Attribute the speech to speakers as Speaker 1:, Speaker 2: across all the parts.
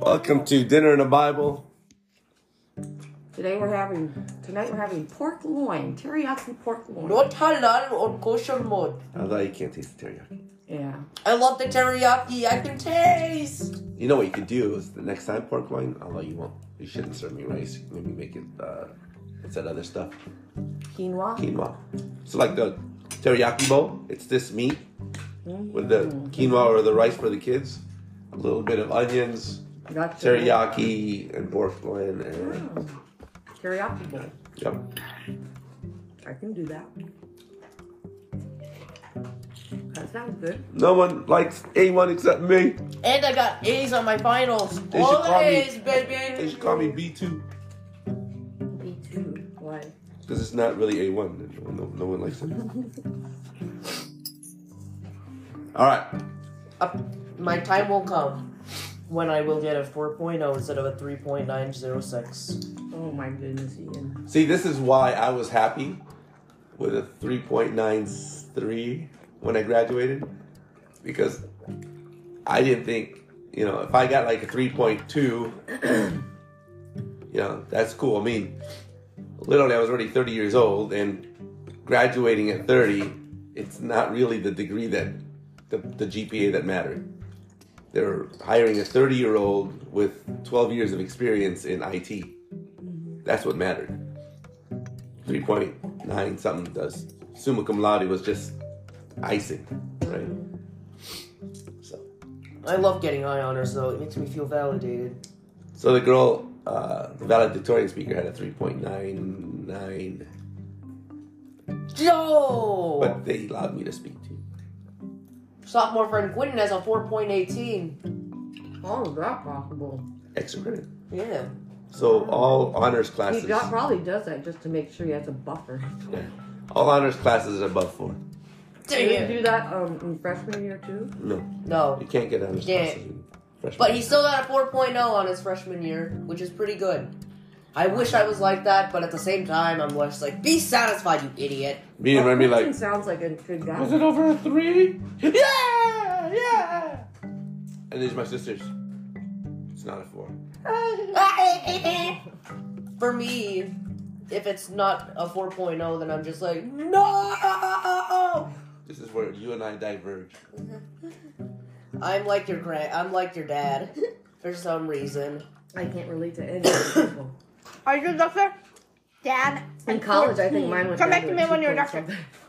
Speaker 1: Welcome to Dinner in the Bible.
Speaker 2: Today we're having, tonight we're having pork loin, teriyaki pork loin.
Speaker 3: Not halal or kosher mode.
Speaker 1: I thought you can't taste the teriyaki.
Speaker 2: Yeah.
Speaker 3: I love the teriyaki. I can taste.
Speaker 1: You know what you could do is the next time pork loin, although you won't, you shouldn't serve me rice. Maybe make it, uh, what's that other stuff?
Speaker 2: Quinoa.
Speaker 1: Quinoa. So like the teriyaki bowl, it's this meat with the quinoa or the rice for the kids, a little bit of onions,
Speaker 2: Gotcha.
Speaker 1: teriyaki, and pork loin, and
Speaker 2: Mm. Teriyaki bowl.
Speaker 1: yep.
Speaker 2: I can do that. That sounds good.
Speaker 1: No one likes A1 except me.
Speaker 3: And I got A's on my finals.
Speaker 1: should
Speaker 3: All
Speaker 1: call me-
Speaker 3: A's,
Speaker 1: They
Speaker 3: baby.
Speaker 1: should call me B2
Speaker 2: Me too. Why?
Speaker 1: because it's not really A1. No, no- no one likes it. All right.
Speaker 3: Uh, my time will come when I will get a 4.0 instead of a 3.906.
Speaker 2: Oh my goodness, Ian.
Speaker 1: See, this is why I was happy with a 3.93 when I graduated because I didn't think, you know, if I got like a 3.2, you know, that's cool. I mean, literally, I was already 30 years old, and graduating at 30, it's not really the degree that the, the GPA that mattered. They're hiring a 30 year old with 12 years of experience in IT. That's what mattered. 3.9 something does. Summa cum laude was just icing, right? So,
Speaker 3: I love getting high honors though. It makes me feel validated.
Speaker 1: so the girl, uh, the valedictorian speaker, had a 3.99,
Speaker 3: Yo!
Speaker 1: but they allowed me to speak too.
Speaker 3: Sophomore friend Quinton has a 4.18.
Speaker 2: How is that possible?
Speaker 1: Extra credit.
Speaker 3: Yeah.
Speaker 1: So all honors
Speaker 2: He
Speaker 1: classes,
Speaker 2: got, probably does that just to make sure he has a buffer.
Speaker 1: yeah. all honors classes are above four.
Speaker 3: Dang
Speaker 2: Did he
Speaker 3: it.
Speaker 2: do that um, in freshman year too?
Speaker 1: No,
Speaker 3: No.
Speaker 1: you can't get honors
Speaker 3: Yeah.
Speaker 1: classes. in freshman.
Speaker 3: But he still got a 4.0 on his freshman year, which is pretty good. I wish I was like that, but at the same time, I'm just like, be satisfied, you idiot.
Speaker 1: me and
Speaker 2: Well,
Speaker 1: Remy like,
Speaker 2: Quinton sounds like a good guy.
Speaker 1: was it over a three? Yeah, yeah. And these are my sisters. It's not a four.
Speaker 3: For me, if it's not a 4.0, then I'm just like, no!
Speaker 1: This is where you and I diverge.
Speaker 3: I'm like your grand, I'm like your dad for some reason.
Speaker 2: I can't relate to any of these people.
Speaker 4: Are you a doctor? Dad.
Speaker 2: In college, I think mine went
Speaker 4: Come
Speaker 2: down
Speaker 4: back to me
Speaker 2: a
Speaker 4: when you're a
Speaker 2: 2.7.
Speaker 4: doctor.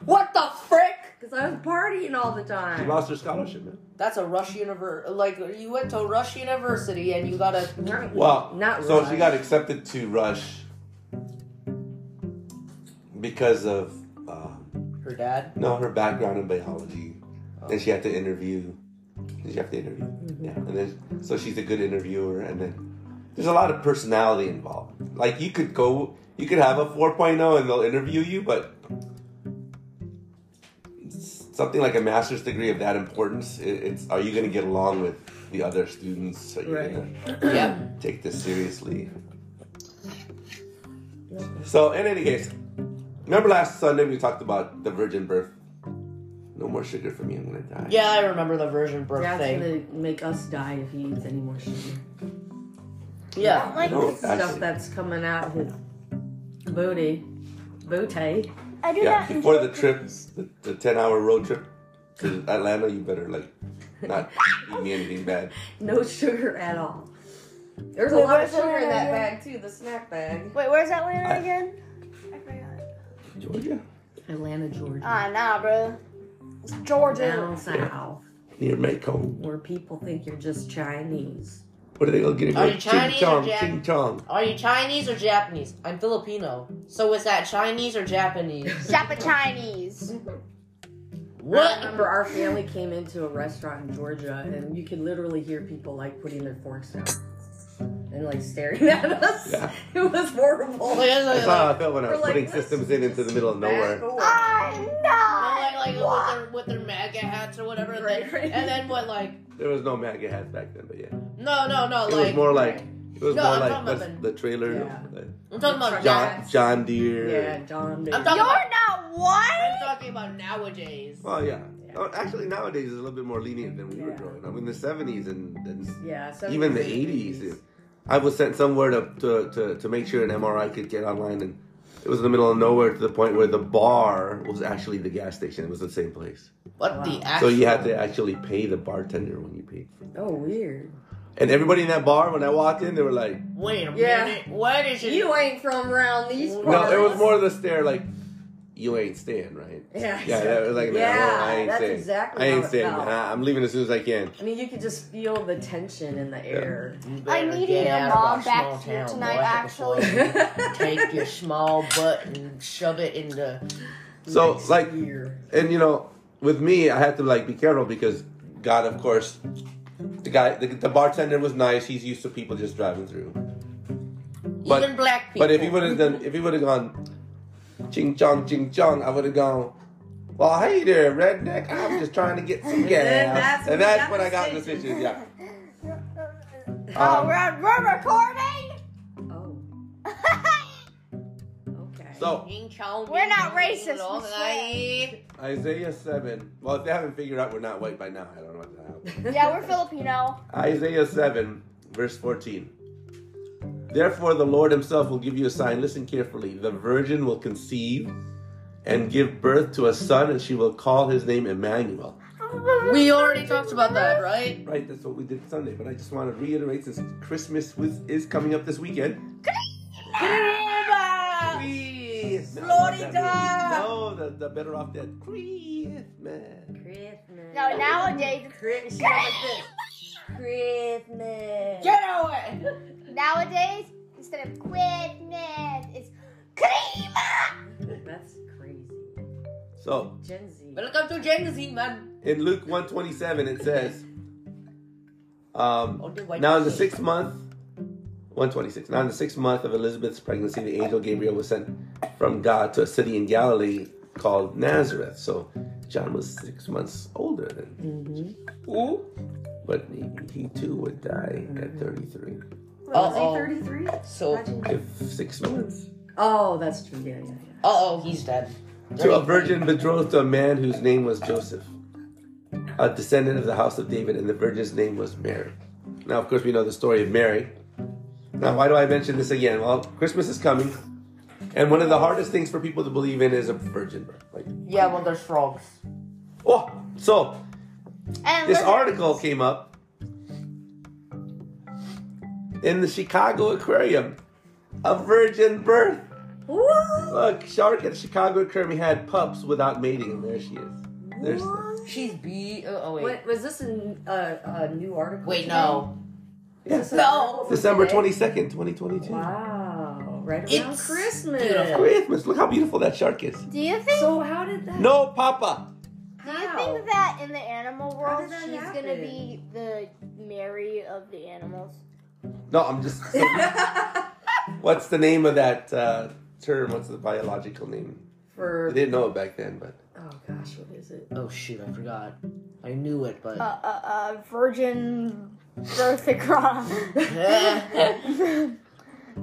Speaker 3: What the frick?
Speaker 2: Because I was partying all the
Speaker 1: You
Speaker 2: time.
Speaker 1: lost your scholarship, man.
Speaker 3: That's a Rush university. Like you went to Rush University and you got a
Speaker 2: Not-
Speaker 1: Well,
Speaker 2: Not
Speaker 1: so
Speaker 2: Rush.
Speaker 1: she got accepted to Rush because of um,
Speaker 3: her dad.
Speaker 1: no her background in biology. Then she had to interview. Did you have to interview?
Speaker 2: Mm-hmm.
Speaker 1: Yeah, and then so she's a good interviewer, and then there's a lot of personality involved. Like you could go, you could have a 4.0 and they'll interview you, but something like a master's degree of that importance, it, it's are you going to get along with the other students? Are you
Speaker 2: Right.
Speaker 1: gonna-
Speaker 3: Yep.
Speaker 1: take this seriously. So, in any case, remember last Sunday we talked about the virgin birth. No more sugar for me. I'm gonna die.
Speaker 3: Yeah, I remember the version birth
Speaker 2: Dad's
Speaker 3: thing.
Speaker 2: gonna make us die if he eats any more sugar.
Speaker 3: Yeah.
Speaker 1: I
Speaker 4: Like,
Speaker 1: don't
Speaker 2: Stuff
Speaker 1: actually-
Speaker 2: that's coming out his booty. Booty.
Speaker 4: I do
Speaker 1: yeah,
Speaker 4: that. in
Speaker 1: before the
Speaker 4: Japan.
Speaker 1: trip, the, the 10 hour road trip to Atlanta, you better like not eat me anything bad.
Speaker 2: No sugar at all. There's a
Speaker 4: Wait,
Speaker 2: lot of
Speaker 4: where's the
Speaker 2: sugar in
Speaker 4: one
Speaker 2: that
Speaker 4: I
Speaker 2: bag too, the snack bag.
Speaker 4: Wait, where's Atlanta
Speaker 1: I-
Speaker 4: again? I forgot.
Speaker 1: Georgia?
Speaker 2: Atlanta, Georgia.
Speaker 4: Ah, nah, bro. It's Georgia.
Speaker 2: Down south,
Speaker 1: Near Mako.
Speaker 2: where people think you're just Chinese.
Speaker 1: What are they gonna get it
Speaker 3: Are
Speaker 1: for?
Speaker 3: you Chinese
Speaker 1: ching chong,
Speaker 3: or Jap-
Speaker 1: ching chong.
Speaker 3: Are you Chinese or Japanese? I'm Filipino. So is that Chinese or Japanese?
Speaker 4: Japa Chinese.
Speaker 2: I
Speaker 3: what?
Speaker 2: remember our family came into a restaurant in Georgia, and you could literally hear people like putting their forks down and like staring at us.
Speaker 1: Yeah.
Speaker 2: It was horrible.
Speaker 3: Like, it's
Speaker 1: That's
Speaker 3: like-
Speaker 1: how I felt when I
Speaker 2: We're
Speaker 1: was
Speaker 2: like,
Speaker 1: putting
Speaker 2: this
Speaker 1: systems in into the middle of nowhere. Ah!
Speaker 2: Back
Speaker 4: Ah,
Speaker 3: like, like with, their, with their MAGA hats or whatever. and then-
Speaker 2: Right, right.
Speaker 3: And then what, like,
Speaker 1: There was no MAGA hats back then, but yeah.
Speaker 3: no, no, no,
Speaker 1: It
Speaker 3: like,
Speaker 1: was more like It was
Speaker 3: No,
Speaker 1: more
Speaker 3: I'm
Speaker 1: like
Speaker 3: talking about
Speaker 1: that's
Speaker 3: the-
Speaker 1: the trailer.
Speaker 2: Yeah.
Speaker 1: like,
Speaker 3: I'm talking about that.
Speaker 2: Truck
Speaker 1: John,
Speaker 2: Yes.
Speaker 1: John Deere.
Speaker 2: Yeah, John. Deere.
Speaker 3: I'm talking-
Speaker 4: You're not
Speaker 3: I'm
Speaker 4: what?
Speaker 3: talking about nowadays.
Speaker 1: Well, yeah.
Speaker 2: Yeah.
Speaker 1: Oh, Actually, nowadays it's a little bit more lenient than we were
Speaker 2: Yeah.
Speaker 1: growing up. In the seventies and, and
Speaker 2: yeah, so
Speaker 1: even the eighties, I was sent somewhere to, to, to, to make sure an MRI could get online, and it was in the middle of nowhere to the point where the bar was actually the gas station. It was the same place,
Speaker 3: What
Speaker 2: Wow.
Speaker 3: the actual?
Speaker 1: so you had to actually pay the bartender when you paid.
Speaker 2: Oh, weird.
Speaker 1: And everybody in that bar, when I walked in, they were like,
Speaker 3: Wait a
Speaker 2: Yeah.
Speaker 3: minute. What is it?
Speaker 2: You ain't from around these
Speaker 3: No,
Speaker 2: parts.
Speaker 1: "No, it was more of the stare, like, you ain't staying, right?"
Speaker 2: Yeah,
Speaker 1: Yeah, that was like, "No,
Speaker 2: Yeah,
Speaker 1: I ain't
Speaker 2: that's
Speaker 1: staying.
Speaker 2: exactly
Speaker 1: I
Speaker 2: how
Speaker 1: ain't
Speaker 2: it
Speaker 1: staying.
Speaker 2: felt.
Speaker 1: I- I'm leaving as soon as I can.
Speaker 2: I mean, you could just feel the tension in the air.
Speaker 3: You
Speaker 4: I'm
Speaker 3: better
Speaker 4: meeting
Speaker 3: get
Speaker 4: your
Speaker 3: out of
Speaker 4: mom
Speaker 3: our
Speaker 4: back
Speaker 3: small
Speaker 4: here
Speaker 3: town,
Speaker 4: tonight,
Speaker 3: boy,
Speaker 4: actually.
Speaker 3: before you Take your small butt and shove it in the.
Speaker 1: So,
Speaker 2: Next
Speaker 1: like,
Speaker 2: year.
Speaker 1: and you know, with me, I had to like be careful because God, of course, the guy, the, the bartender was nice. He's used to people just driving through. But-
Speaker 3: even black people.
Speaker 1: But if he would have done, if he would have gone, ching chong, ching chong, I would have gone. Well, hey there, redneck. I'm just trying to get some
Speaker 2: then
Speaker 1: gas,
Speaker 2: that's
Speaker 1: and
Speaker 2: when we
Speaker 1: that's
Speaker 2: got
Speaker 1: when I got in
Speaker 2: the
Speaker 1: this issue. Yeah.
Speaker 4: oh,
Speaker 1: Um,
Speaker 4: we're, on, we're recording?
Speaker 2: Oh, okay.
Speaker 1: So
Speaker 4: We're not racist, we
Speaker 1: Isaiah seven. Well, if they haven't figured out we're not white by now, I don't know what the hell.
Speaker 4: yeah, we're Filipino.
Speaker 1: Isaiah 7, verse 14. Therefore, the Lord himself will give you a sign. Listen carefully. The virgin will conceive and give birth to a son, and she will call his name Emmanuel.
Speaker 3: We already talked about that, right?
Speaker 1: Right, that's what we did Sunday, but I just want to reiterate since Christmas was, is coming up this weekend. Christmas!
Speaker 4: Florida!
Speaker 1: No, the, the better off that Christmas.
Speaker 2: Christmas.
Speaker 4: No, nowadays it's
Speaker 2: Christmas. She went with this. Christmas.
Speaker 4: Get away! Nowadays, instead of Christmas, it's Krima!
Speaker 2: That's crazy.
Speaker 1: So,
Speaker 2: Gen Z.
Speaker 3: Welcome to Gen Z, man.
Speaker 1: in Luke 127, it says, um,
Speaker 3: Oh, the white
Speaker 1: Now in the
Speaker 3: people.
Speaker 1: sixth month, 126. Now in the sixth month of Elizabeth's pregnancy, the angel Gabriel was sent from God to a city in Galilee called Nazareth. So John was six months older than,
Speaker 2: Mm-hmm.
Speaker 3: Ooh.
Speaker 1: but he, he too would die at 33.
Speaker 3: Uh-oh.
Speaker 2: Was he 33?
Speaker 3: So,
Speaker 1: If six months.
Speaker 2: Oh, that's true. Yeah, yeah, yeah.
Speaker 3: uh oh, he's dead.
Speaker 1: To a virgin betrothed to a man whose name was Joseph, a descendant of the house of David, and the virgin's name was Mary. Now, of course, we know the story of Mary. Now, why do I mention this again? Well, Christmas is coming, and one of the hardest things for people to believe in is a virgin birth. Like,
Speaker 3: Yeah, well, there's frogs.
Speaker 1: oh, so
Speaker 4: And
Speaker 1: this
Speaker 4: listen-
Speaker 1: article came up in the Chicago Aquarium. A virgin birth.
Speaker 2: Whoa!
Speaker 1: Look, shark at the Chicago Aquarium had pups without mating, and there she is. There's the-
Speaker 2: What?
Speaker 3: She's be. Oh, oh, wait.
Speaker 2: Wait, was this an, uh, a new article?
Speaker 3: Wait,
Speaker 2: today?
Speaker 3: no.
Speaker 2: Is this an
Speaker 3: No.
Speaker 2: article from
Speaker 1: December
Speaker 2: today?
Speaker 1: twenty second, twenty twenty two.
Speaker 2: Wow. Right around
Speaker 3: It's
Speaker 2: Christmas.
Speaker 3: beautiful.
Speaker 1: Christmas. Look how beautiful that shark is.
Speaker 4: Do you think?
Speaker 2: So how did that
Speaker 1: No, Papa.
Speaker 4: do you
Speaker 2: how?
Speaker 4: think that in the animal world
Speaker 2: did that
Speaker 4: she's gonna
Speaker 2: happen?
Speaker 4: be the Mary of the animals?
Speaker 1: No, I'm just. what's the name of that uh, term? What's the biological name? They
Speaker 2: For
Speaker 1: didn't know it back then, but
Speaker 2: oh gosh, what is it?
Speaker 3: Oh, shoot, I forgot. I knew it, but.
Speaker 4: Uh, uh, uh, virgin birthicron.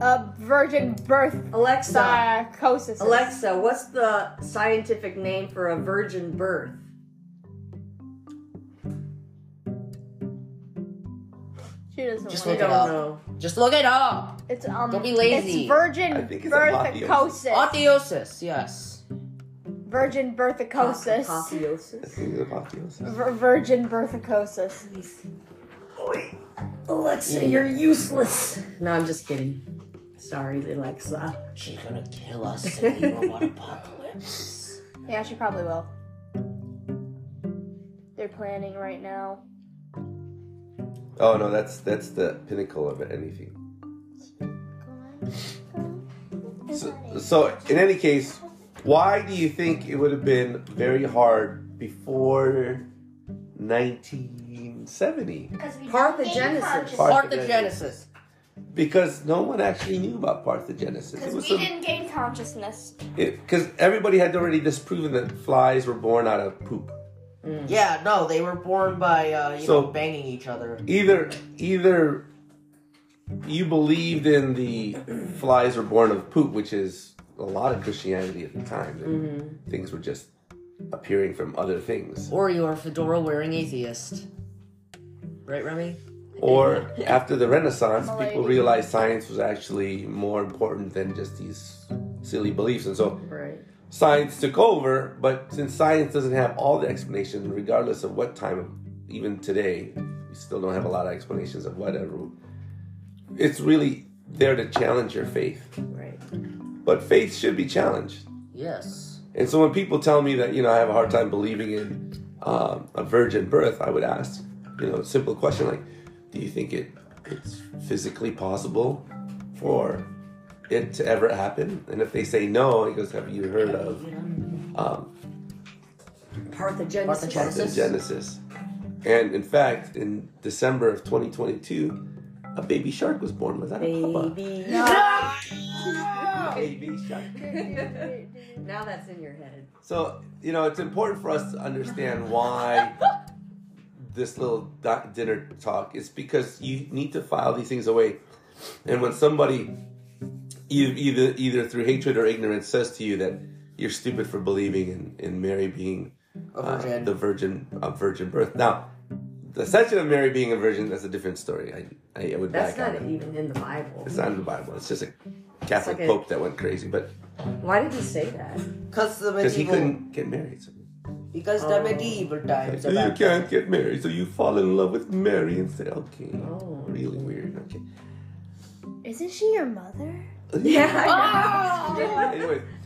Speaker 4: uh, virgin
Speaker 2: Alexa.
Speaker 4: birthicosis.
Speaker 2: Alexa, what's the scientific name for a virgin birth?
Speaker 4: She doesn't
Speaker 3: Just
Speaker 4: want
Speaker 2: I
Speaker 3: look it
Speaker 2: don't
Speaker 4: to.
Speaker 3: up.
Speaker 2: know.
Speaker 3: Just look it up.
Speaker 4: It's um.
Speaker 3: Don't be lazy.
Speaker 4: It's virgin
Speaker 1: I think it's
Speaker 4: birthicosis.
Speaker 3: Atheosis, yes.
Speaker 4: Virgin birthicosis.
Speaker 1: I
Speaker 2: Apotheosis.
Speaker 1: think it's apotheosis.
Speaker 4: Vir- virgin birthicosis.
Speaker 2: Alexa, you're useless. No, I'm just kidding. Sorry, Alexa.
Speaker 3: She's gonna kill us in the robot apocalypse.
Speaker 4: Yeah, she probably will. They're planning right now.
Speaker 1: Oh no, that's that's the pinnacle of anything. So, so in any case, why do you think it would have been very hard before 1970?
Speaker 2: Parthenogenesis.
Speaker 3: Parthenogenesis.
Speaker 1: Because no one actually knew about parthenogenesis. It was some-
Speaker 4: gain consciousness.
Speaker 1: because everybody had already disproven that flies were born out of poop.
Speaker 3: Yeah, no, they were born by, uh, you
Speaker 1: Hmm. So-
Speaker 3: know, banging each other.
Speaker 1: Either either you believed in the flies were born of poop, which is a lot of Christianity at the time. And Things were just appearing from other things.
Speaker 3: Or you're a fedora wearing atheist. Right, Remy?
Speaker 1: Or after the Renaissance, people
Speaker 4: Milady.
Speaker 1: realized science was actually more important than just these silly beliefs. And so
Speaker 2: Right.
Speaker 1: science took over, but since science doesn't have all the explanations, regardless of what time, of- even today, we still don't have a lot of explanations of whatever. It's really there to challenge your faith.
Speaker 2: Right.
Speaker 1: But faith should be challenged.
Speaker 3: Yes.
Speaker 1: And so when people tell me that, you know, I have a hard time believing in um, a virgin birth, I would ask, you know, a simple question like, do you think it it's physically possible for it to ever happen? And if they say no, he goes, have you heard of um,
Speaker 2: Parthenogenesis.
Speaker 3: Parthenogenesis.
Speaker 1: the Genesis? And in fact, in December of 2022, a baby shark was born without a papa.
Speaker 2: Baby.
Speaker 1: Baby shark.
Speaker 2: Now that's in your head.
Speaker 1: So, you know, it's important for us to understand why this little di- dinner talk is because you need to file these things away. And when somebody either, either either through hatred or ignorance says to you that you're stupid for believing in, in Mary being
Speaker 3: A
Speaker 1: uh,
Speaker 3: virgin.
Speaker 1: the virgin a virgin birth. Now, the section of Mary being a virgin that's a different story. I I, I would
Speaker 2: That's
Speaker 1: back
Speaker 2: not
Speaker 1: out. of it.
Speaker 2: even in the Bible.
Speaker 1: It's not in the Bible. It's just a Catholic
Speaker 2: like a-
Speaker 1: pope that went crazy, but
Speaker 2: Why did he say that?
Speaker 3: Because the
Speaker 1: because he
Speaker 3: medieval.
Speaker 1: couldn't get married. So.
Speaker 3: Because
Speaker 2: Oh.
Speaker 3: the medieval times.
Speaker 1: So you
Speaker 3: about
Speaker 1: can't get married, so you fall in love with Mary and say, okay,
Speaker 2: Oh.
Speaker 1: really weird. Okay.
Speaker 4: Isn't she your mother?
Speaker 3: Oh!
Speaker 1: anyway,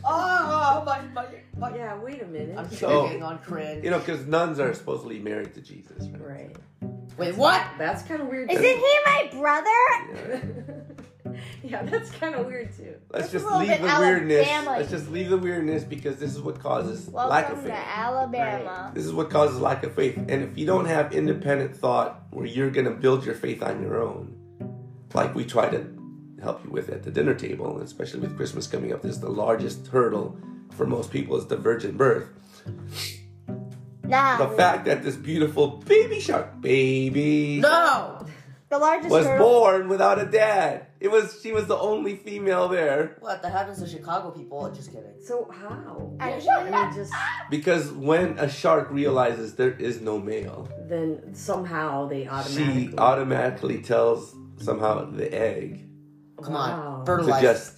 Speaker 3: oh, my, my, my.
Speaker 2: yeah, wait a minute.
Speaker 3: I'm
Speaker 1: So-
Speaker 3: choking on cringe.
Speaker 1: Oh. you know, because nuns are supposedly married to Jesus, right?
Speaker 2: Right.
Speaker 3: Wait, what?
Speaker 2: That's kind of weird.
Speaker 4: Isn't he my brother?
Speaker 1: Yeah.
Speaker 2: yeah, that's kind of weird too.
Speaker 1: Let's
Speaker 4: That's a
Speaker 1: just
Speaker 4: little
Speaker 1: leave the
Speaker 4: bit
Speaker 1: weirdness.
Speaker 4: Alabama-y.
Speaker 1: Let's just leave the weirdness because this is what causes lack of
Speaker 4: Welcome
Speaker 1: faith.
Speaker 4: to Alabama.
Speaker 1: This is what causes lack of faith. And if you don't have independent thought where you're going to build your faith on your own, like we try to help you with at the dinner table, and especially with Christmas coming up, this is the largest hurdle for most people is the virgin birth.
Speaker 4: Nah.
Speaker 1: The fact that this beautiful baby shark baby
Speaker 3: No!
Speaker 4: the largest
Speaker 1: was
Speaker 4: turtle.
Speaker 1: born without a dad. It was she was the only female there
Speaker 3: What? That happens to Chicago people. Just kidding.
Speaker 2: So how?
Speaker 4: I-
Speaker 2: I mean, just
Speaker 1: because when a shark realizes there is no male,
Speaker 2: then somehow they
Speaker 1: uh,
Speaker 2: automatically.
Speaker 1: she automatically tells somehow the egg
Speaker 3: Come
Speaker 2: Wow.
Speaker 3: on.
Speaker 1: to
Speaker 3: Fertilize.
Speaker 1: just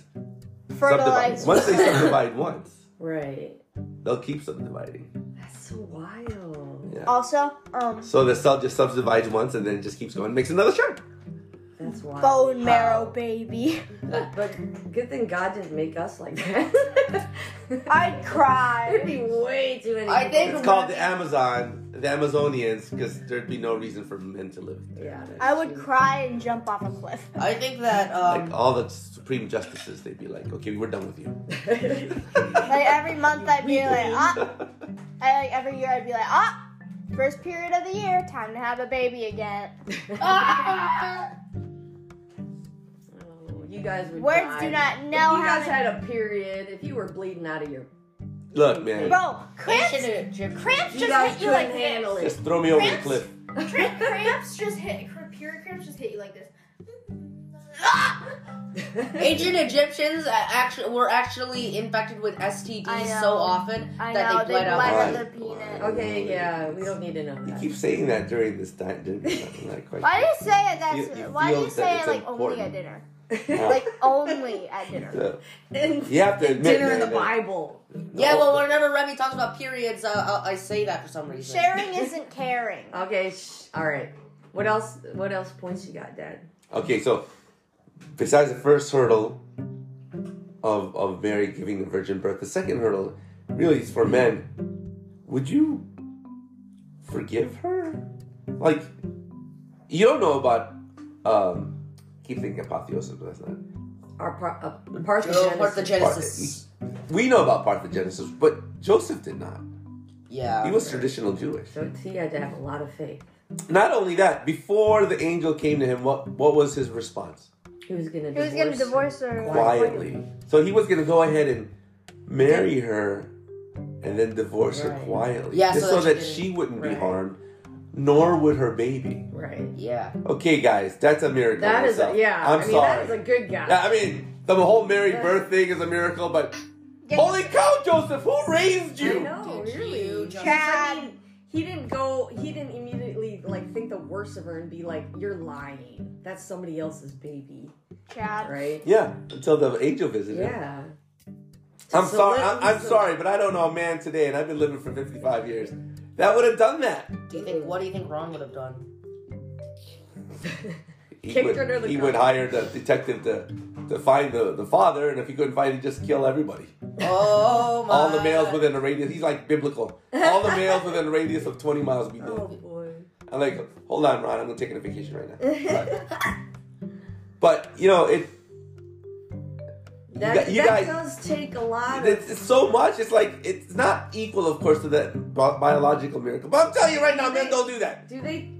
Speaker 1: subdivide.
Speaker 4: Fertilized.
Speaker 1: Once they subdivide once,
Speaker 2: Right.
Speaker 1: they'll keep subdividing.
Speaker 2: That's so wild.
Speaker 1: Yeah.
Speaker 4: Also, um,
Speaker 1: So the cell just subdivides once and then it just keeps going, makes another shark.
Speaker 2: That's wild.
Speaker 4: bone marrow baby.
Speaker 2: But good thing God didn't make us like that.
Speaker 4: I'd
Speaker 2: There'd
Speaker 4: cry.
Speaker 2: be way too many.
Speaker 3: I think-
Speaker 1: It's called the Amazon, the Amazonians, because there'd be no reason for men to live.
Speaker 2: Yeah.
Speaker 4: I would cry and jump off a cliff.
Speaker 3: I think that, um.
Speaker 1: Like oh. all the supreme justices, they'd be like, "Okay, we're done with you."
Speaker 4: Like every month, I'd be like, ah. I, like every year, I'd be like, ah. First period of the year, time to have a baby again. Ah!
Speaker 2: Oh, You guys would
Speaker 4: Words
Speaker 2: die.
Speaker 4: do not
Speaker 2: If
Speaker 4: know
Speaker 2: you
Speaker 4: how.
Speaker 2: guys
Speaker 4: to-
Speaker 2: had a period. If you were bleeding out of your,
Speaker 1: Look, man,
Speaker 4: Bro, cramps, cramps
Speaker 2: you
Speaker 4: just
Speaker 2: guys
Speaker 4: hit you like
Speaker 2: couldn't
Speaker 4: this.
Speaker 2: handle
Speaker 1: just
Speaker 2: it.
Speaker 1: throw me over the cliff.
Speaker 4: Cramp- cramps just hit period cramps just hit you like this. Ah!
Speaker 3: Ancient Egyptians actually were actually infected with
Speaker 4: I
Speaker 3: STDs
Speaker 4: know.
Speaker 3: so often
Speaker 4: I
Speaker 3: that
Speaker 4: know,
Speaker 3: they bled out.
Speaker 1: bled
Speaker 4: out
Speaker 1: blood.
Speaker 4: their penis.
Speaker 2: okay, yeah, we don't need to know
Speaker 1: You
Speaker 2: that.
Speaker 1: keep saying that during this time. During this time. Not quite.
Speaker 4: Why do you say it? That's
Speaker 1: You- you
Speaker 4: why do
Speaker 1: feel
Speaker 4: you
Speaker 1: that
Speaker 4: say
Speaker 1: it's
Speaker 4: it like only
Speaker 1: important.
Speaker 4: at dinner?
Speaker 1: Yeah.
Speaker 4: Like only at dinner.
Speaker 1: So,
Speaker 2: And
Speaker 1: you have to admit,
Speaker 2: dinner in the
Speaker 1: man, that-
Speaker 2: Bible.
Speaker 3: Yeah, well, whenever Remy talks about periods, uh, uh, I say that for some reason.
Speaker 4: Sharing isn't caring.
Speaker 2: Okay, sh- all right. What else? What else points you got, Dad?
Speaker 1: Okay, so besides the first hurdle of of Mary giving the virgin birth, the second hurdle really is for men. Would you forgive her? Like you don't know about um keep thinking apotheosis, but that's not.
Speaker 2: Our par- uh,
Speaker 3: Go
Speaker 2: parthenogenesis.
Speaker 3: for Oh, the Genesis.
Speaker 1: We know about parthenogenesis, but Joseph did not.
Speaker 3: Yeah.
Speaker 1: He was traditional Jewish.
Speaker 2: so he had to have a lot of faith.
Speaker 1: Not only that, before the angel came to him, what what was his response?
Speaker 2: He was gonna.
Speaker 4: Who's gonna divorce her?
Speaker 1: quietly. So he was going to go ahead and marry her and then divorce her
Speaker 2: Right.
Speaker 1: quietly.
Speaker 3: Yeah,
Speaker 1: just
Speaker 3: so
Speaker 1: so
Speaker 3: that
Speaker 1: that
Speaker 3: she
Speaker 1: she wouldn't be
Speaker 2: Right.
Speaker 1: harmed. nor would her baby.
Speaker 2: Right.
Speaker 3: Yeah.
Speaker 1: Okay, guys, that's a miracle. in
Speaker 2: That is a,
Speaker 1: itself.
Speaker 2: yeah.
Speaker 1: I'm
Speaker 2: I mean,
Speaker 1: sorry.
Speaker 2: that is a good guy.
Speaker 1: Yeah, I mean, the whole Mary
Speaker 2: Yeah.
Speaker 1: birth thing is a miracle, but
Speaker 4: Get-
Speaker 1: holy cow, Joseph, who raised
Speaker 2: I
Speaker 1: you?
Speaker 2: know,
Speaker 3: Did
Speaker 2: really.
Speaker 3: you
Speaker 2: Because,
Speaker 4: Chad.
Speaker 2: I mean, he didn't go. He didn't immediately like think the worst of her and be like, "You're lying. That's somebody else's baby,
Speaker 4: Chad.
Speaker 2: right?"
Speaker 1: Yeah, until the angel visited.
Speaker 2: Yeah.
Speaker 1: I'm
Speaker 2: So
Speaker 1: sorry.
Speaker 2: let-
Speaker 1: I'm, I'm sorry, but I don't know a man today, and I've been living for 55 years. That would have done that.
Speaker 3: Do you
Speaker 2: Oh,
Speaker 3: think? What do you think Ron would have done?
Speaker 1: He
Speaker 2: Kicked
Speaker 1: would,
Speaker 2: under the
Speaker 1: he
Speaker 2: car.
Speaker 1: would hire the detective to to find the, the father, and if he couldn't find, it, he'd just kill everybody.
Speaker 3: Oh my!
Speaker 1: All the males within a radius. He's like biblical. All the males within a radius of 20 miles be dead.
Speaker 2: Oh boy.
Speaker 1: I'm like, hold on, Ron. I'm gonna take a vacation right now. Bye. but you know, it
Speaker 2: That,
Speaker 1: got- you
Speaker 2: that
Speaker 1: guys-
Speaker 2: does take a lot of.
Speaker 1: It's, it's so much. It's like it's not equal, of course, to that bi- biological miracle. But I'm telling you right now, men don't do that.
Speaker 2: Do they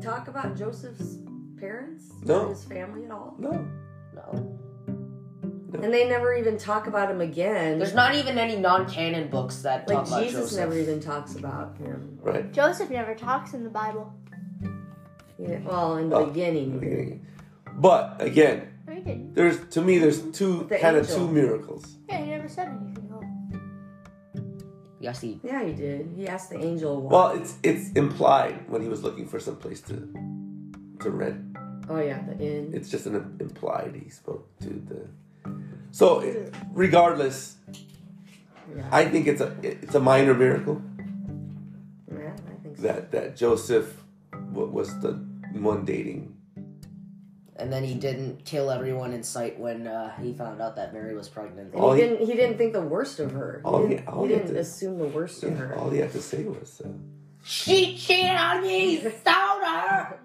Speaker 2: talk about Joseph's parents?
Speaker 1: No.
Speaker 2: Or his family at all?
Speaker 1: No,
Speaker 3: No.
Speaker 2: And they never even talk about him again.
Speaker 3: There's not even any non-canon books that
Speaker 2: like
Speaker 3: talk about
Speaker 2: Jesus
Speaker 3: Joseph.
Speaker 2: never even talks about him.
Speaker 1: right?
Speaker 4: Joseph never talks in the Bible.
Speaker 2: Yeah, well, in the
Speaker 1: Oh.
Speaker 2: beginning.
Speaker 1: But again,
Speaker 4: No, he didn't.
Speaker 1: there's to me, there's two
Speaker 2: The
Speaker 1: kind of
Speaker 2: angel.
Speaker 1: two miracles.
Speaker 4: Yeah, he never said anything. at all.
Speaker 3: Yes, he.
Speaker 2: Yeah, he did. He asked the angel. Why.
Speaker 1: Well, it's it's implied when he was looking for some place to to rent.
Speaker 2: oh yeah, the inn.
Speaker 1: It's just an im- implied he spoke to the. So it- regardless,
Speaker 2: Yeah.
Speaker 1: I think it's a it's a minor miracle
Speaker 2: yeah, I think so.
Speaker 1: that that Joseph wa- was the one dating
Speaker 3: And then he didn't kill everyone in sight when uh, he found out that Mary was pregnant.
Speaker 2: And
Speaker 1: All
Speaker 2: he
Speaker 1: he-
Speaker 2: didn't. He didn't think the worst of her. He
Speaker 1: All he-
Speaker 2: didn't,
Speaker 1: all he
Speaker 2: didn't
Speaker 1: did-
Speaker 2: assume the worst of her.
Speaker 1: all he had to say was. Uh,
Speaker 3: She cheated on me. Stoned her.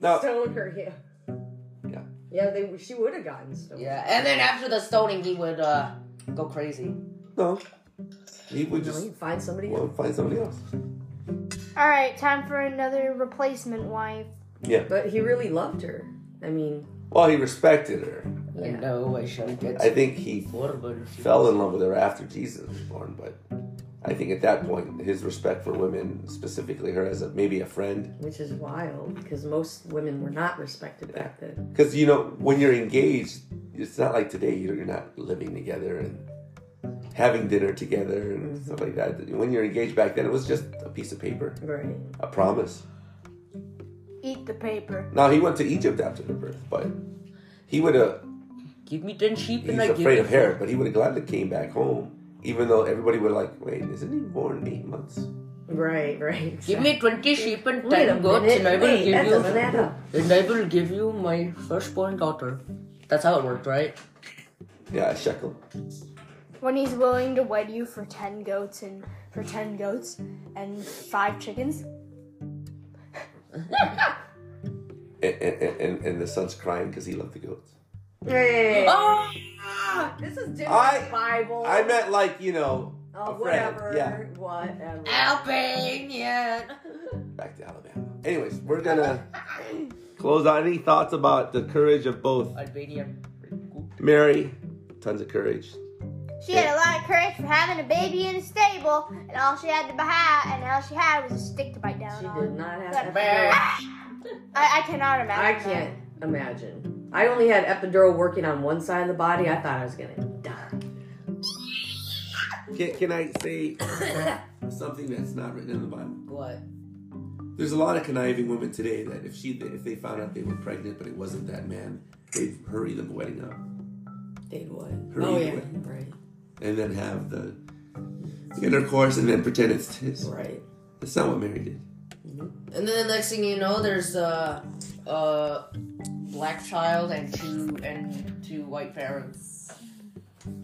Speaker 1: now,
Speaker 2: Stoned her. Yeah.
Speaker 1: Uh, Yeah.
Speaker 2: Yeah. They. She would have gotten stoned.
Speaker 3: Yeah, and then after the stoning, he would uh, go crazy.
Speaker 1: no, he would
Speaker 2: You know,
Speaker 1: just
Speaker 2: you find somebody.
Speaker 1: well, find somebody else.
Speaker 4: All right, time for another replacement wife.
Speaker 1: Yeah.
Speaker 2: But he really loved her. I mean,
Speaker 1: Well, he respected her.
Speaker 2: Yeah.
Speaker 3: And no, I shouldn't get.
Speaker 1: I think he
Speaker 3: Waterbutter.
Speaker 1: fell in love with her after Jesus was born, but I think at that point his respect for women, specifically her as a maybe a friend,
Speaker 2: which is wild because most women were not respected back then.
Speaker 1: because you know when you're engaged, it's not like today. You're you're not living together and having dinner together and stuff like that. When you're engaged back then, it was just a piece of paper,
Speaker 2: Right.
Speaker 1: a promise.
Speaker 4: Eat the paper.
Speaker 1: Now he went to Egypt after the birth, but he would have
Speaker 3: Give me ten sheep
Speaker 1: he's
Speaker 3: and I give
Speaker 1: afraid
Speaker 3: you
Speaker 1: of Herod, but he would have gladly came back home, even though everybody would like, wait, isn't he born in eight months?
Speaker 2: Right. Right.
Speaker 3: Give me twenty sheep and
Speaker 2: Wait a
Speaker 3: ten goats,
Speaker 2: minute.
Speaker 3: and I will
Speaker 2: Wait,
Speaker 3: give
Speaker 2: that
Speaker 3: you.
Speaker 2: doesn't add up.
Speaker 3: And I will give you my firstborn daughter. That's how it worked, right?
Speaker 1: Yeah, a shekel.
Speaker 4: When he's willing to wed you for ten goats and for ten goats and five chickens.
Speaker 1: And, and, and, and the son's crying because he loved the goats.
Speaker 2: Hey.
Speaker 3: Oh!
Speaker 2: This is different
Speaker 1: I-
Speaker 2: Bible.
Speaker 1: I meant like, you know,
Speaker 2: Oh,
Speaker 1: a friend.
Speaker 2: whatever.
Speaker 1: Yeah,
Speaker 2: Whatever.
Speaker 3: Albanian!
Speaker 1: back to Alabama. Anyways, we're gonna close on any thoughts about the courage of both
Speaker 3: Albanian.
Speaker 1: Mary, tons of courage.
Speaker 4: She had a lot of courage for having a baby in a stable, and all she had to buy and all she had was a stick to bite down
Speaker 2: She
Speaker 4: on.
Speaker 2: did not have
Speaker 4: That-
Speaker 2: epidural.
Speaker 4: I, I cannot
Speaker 2: I
Speaker 4: imagine.
Speaker 2: can't imagine. I only had epidural working on one side of the body. I thought I was gonna die.
Speaker 1: Can, can I say something that's not written in the Bible?
Speaker 3: What?
Speaker 1: There's a lot of conniving women today that if she if they found out they were pregnant but it wasn't that man, they'd hurry the wedding up.
Speaker 2: Did what?
Speaker 1: Her
Speaker 2: oh yeah,
Speaker 1: either
Speaker 2: right,
Speaker 1: and then have the intercourse and then pretend it's his.
Speaker 2: right.
Speaker 1: That's not what Mary did.
Speaker 3: And then the next thing you know, there's a uh, uh, black child and two and two white parents.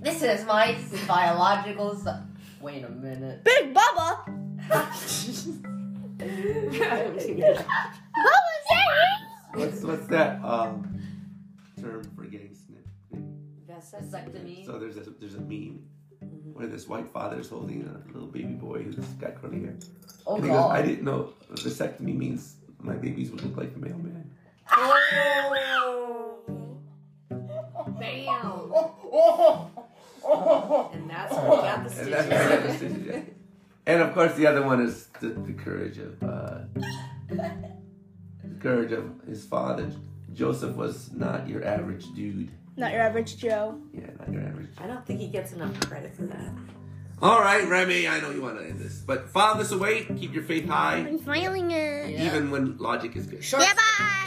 Speaker 3: This is my biological. Son. Wait a minute.
Speaker 4: Big Bubba! What was that?
Speaker 1: What's what's that um, term for getting snipped?
Speaker 3: Vasectomy.
Speaker 1: So there's a there's a meme where this white father's holding a little baby boy who's got curly hair.
Speaker 3: Oh
Speaker 1: And he goes, I
Speaker 3: god.
Speaker 1: didn't know a vasectomy means my babies would look like the mailman.
Speaker 2: And that's what got the
Speaker 1: And, that's- and of course, the other one is the, the courage of uh, Scourge of his father. Joseph was not your average dude.
Speaker 4: Not your average Joe.
Speaker 1: Yeah, not your average.
Speaker 5: I don't think he gets enough credit for that.
Speaker 1: All right, Remy, I know you want to end this, but fathers awake, keep your faith high,
Speaker 4: I'm failing it.
Speaker 3: Yeah.
Speaker 1: even when logic is good.
Speaker 3: Sharp
Speaker 4: Yeah, bye.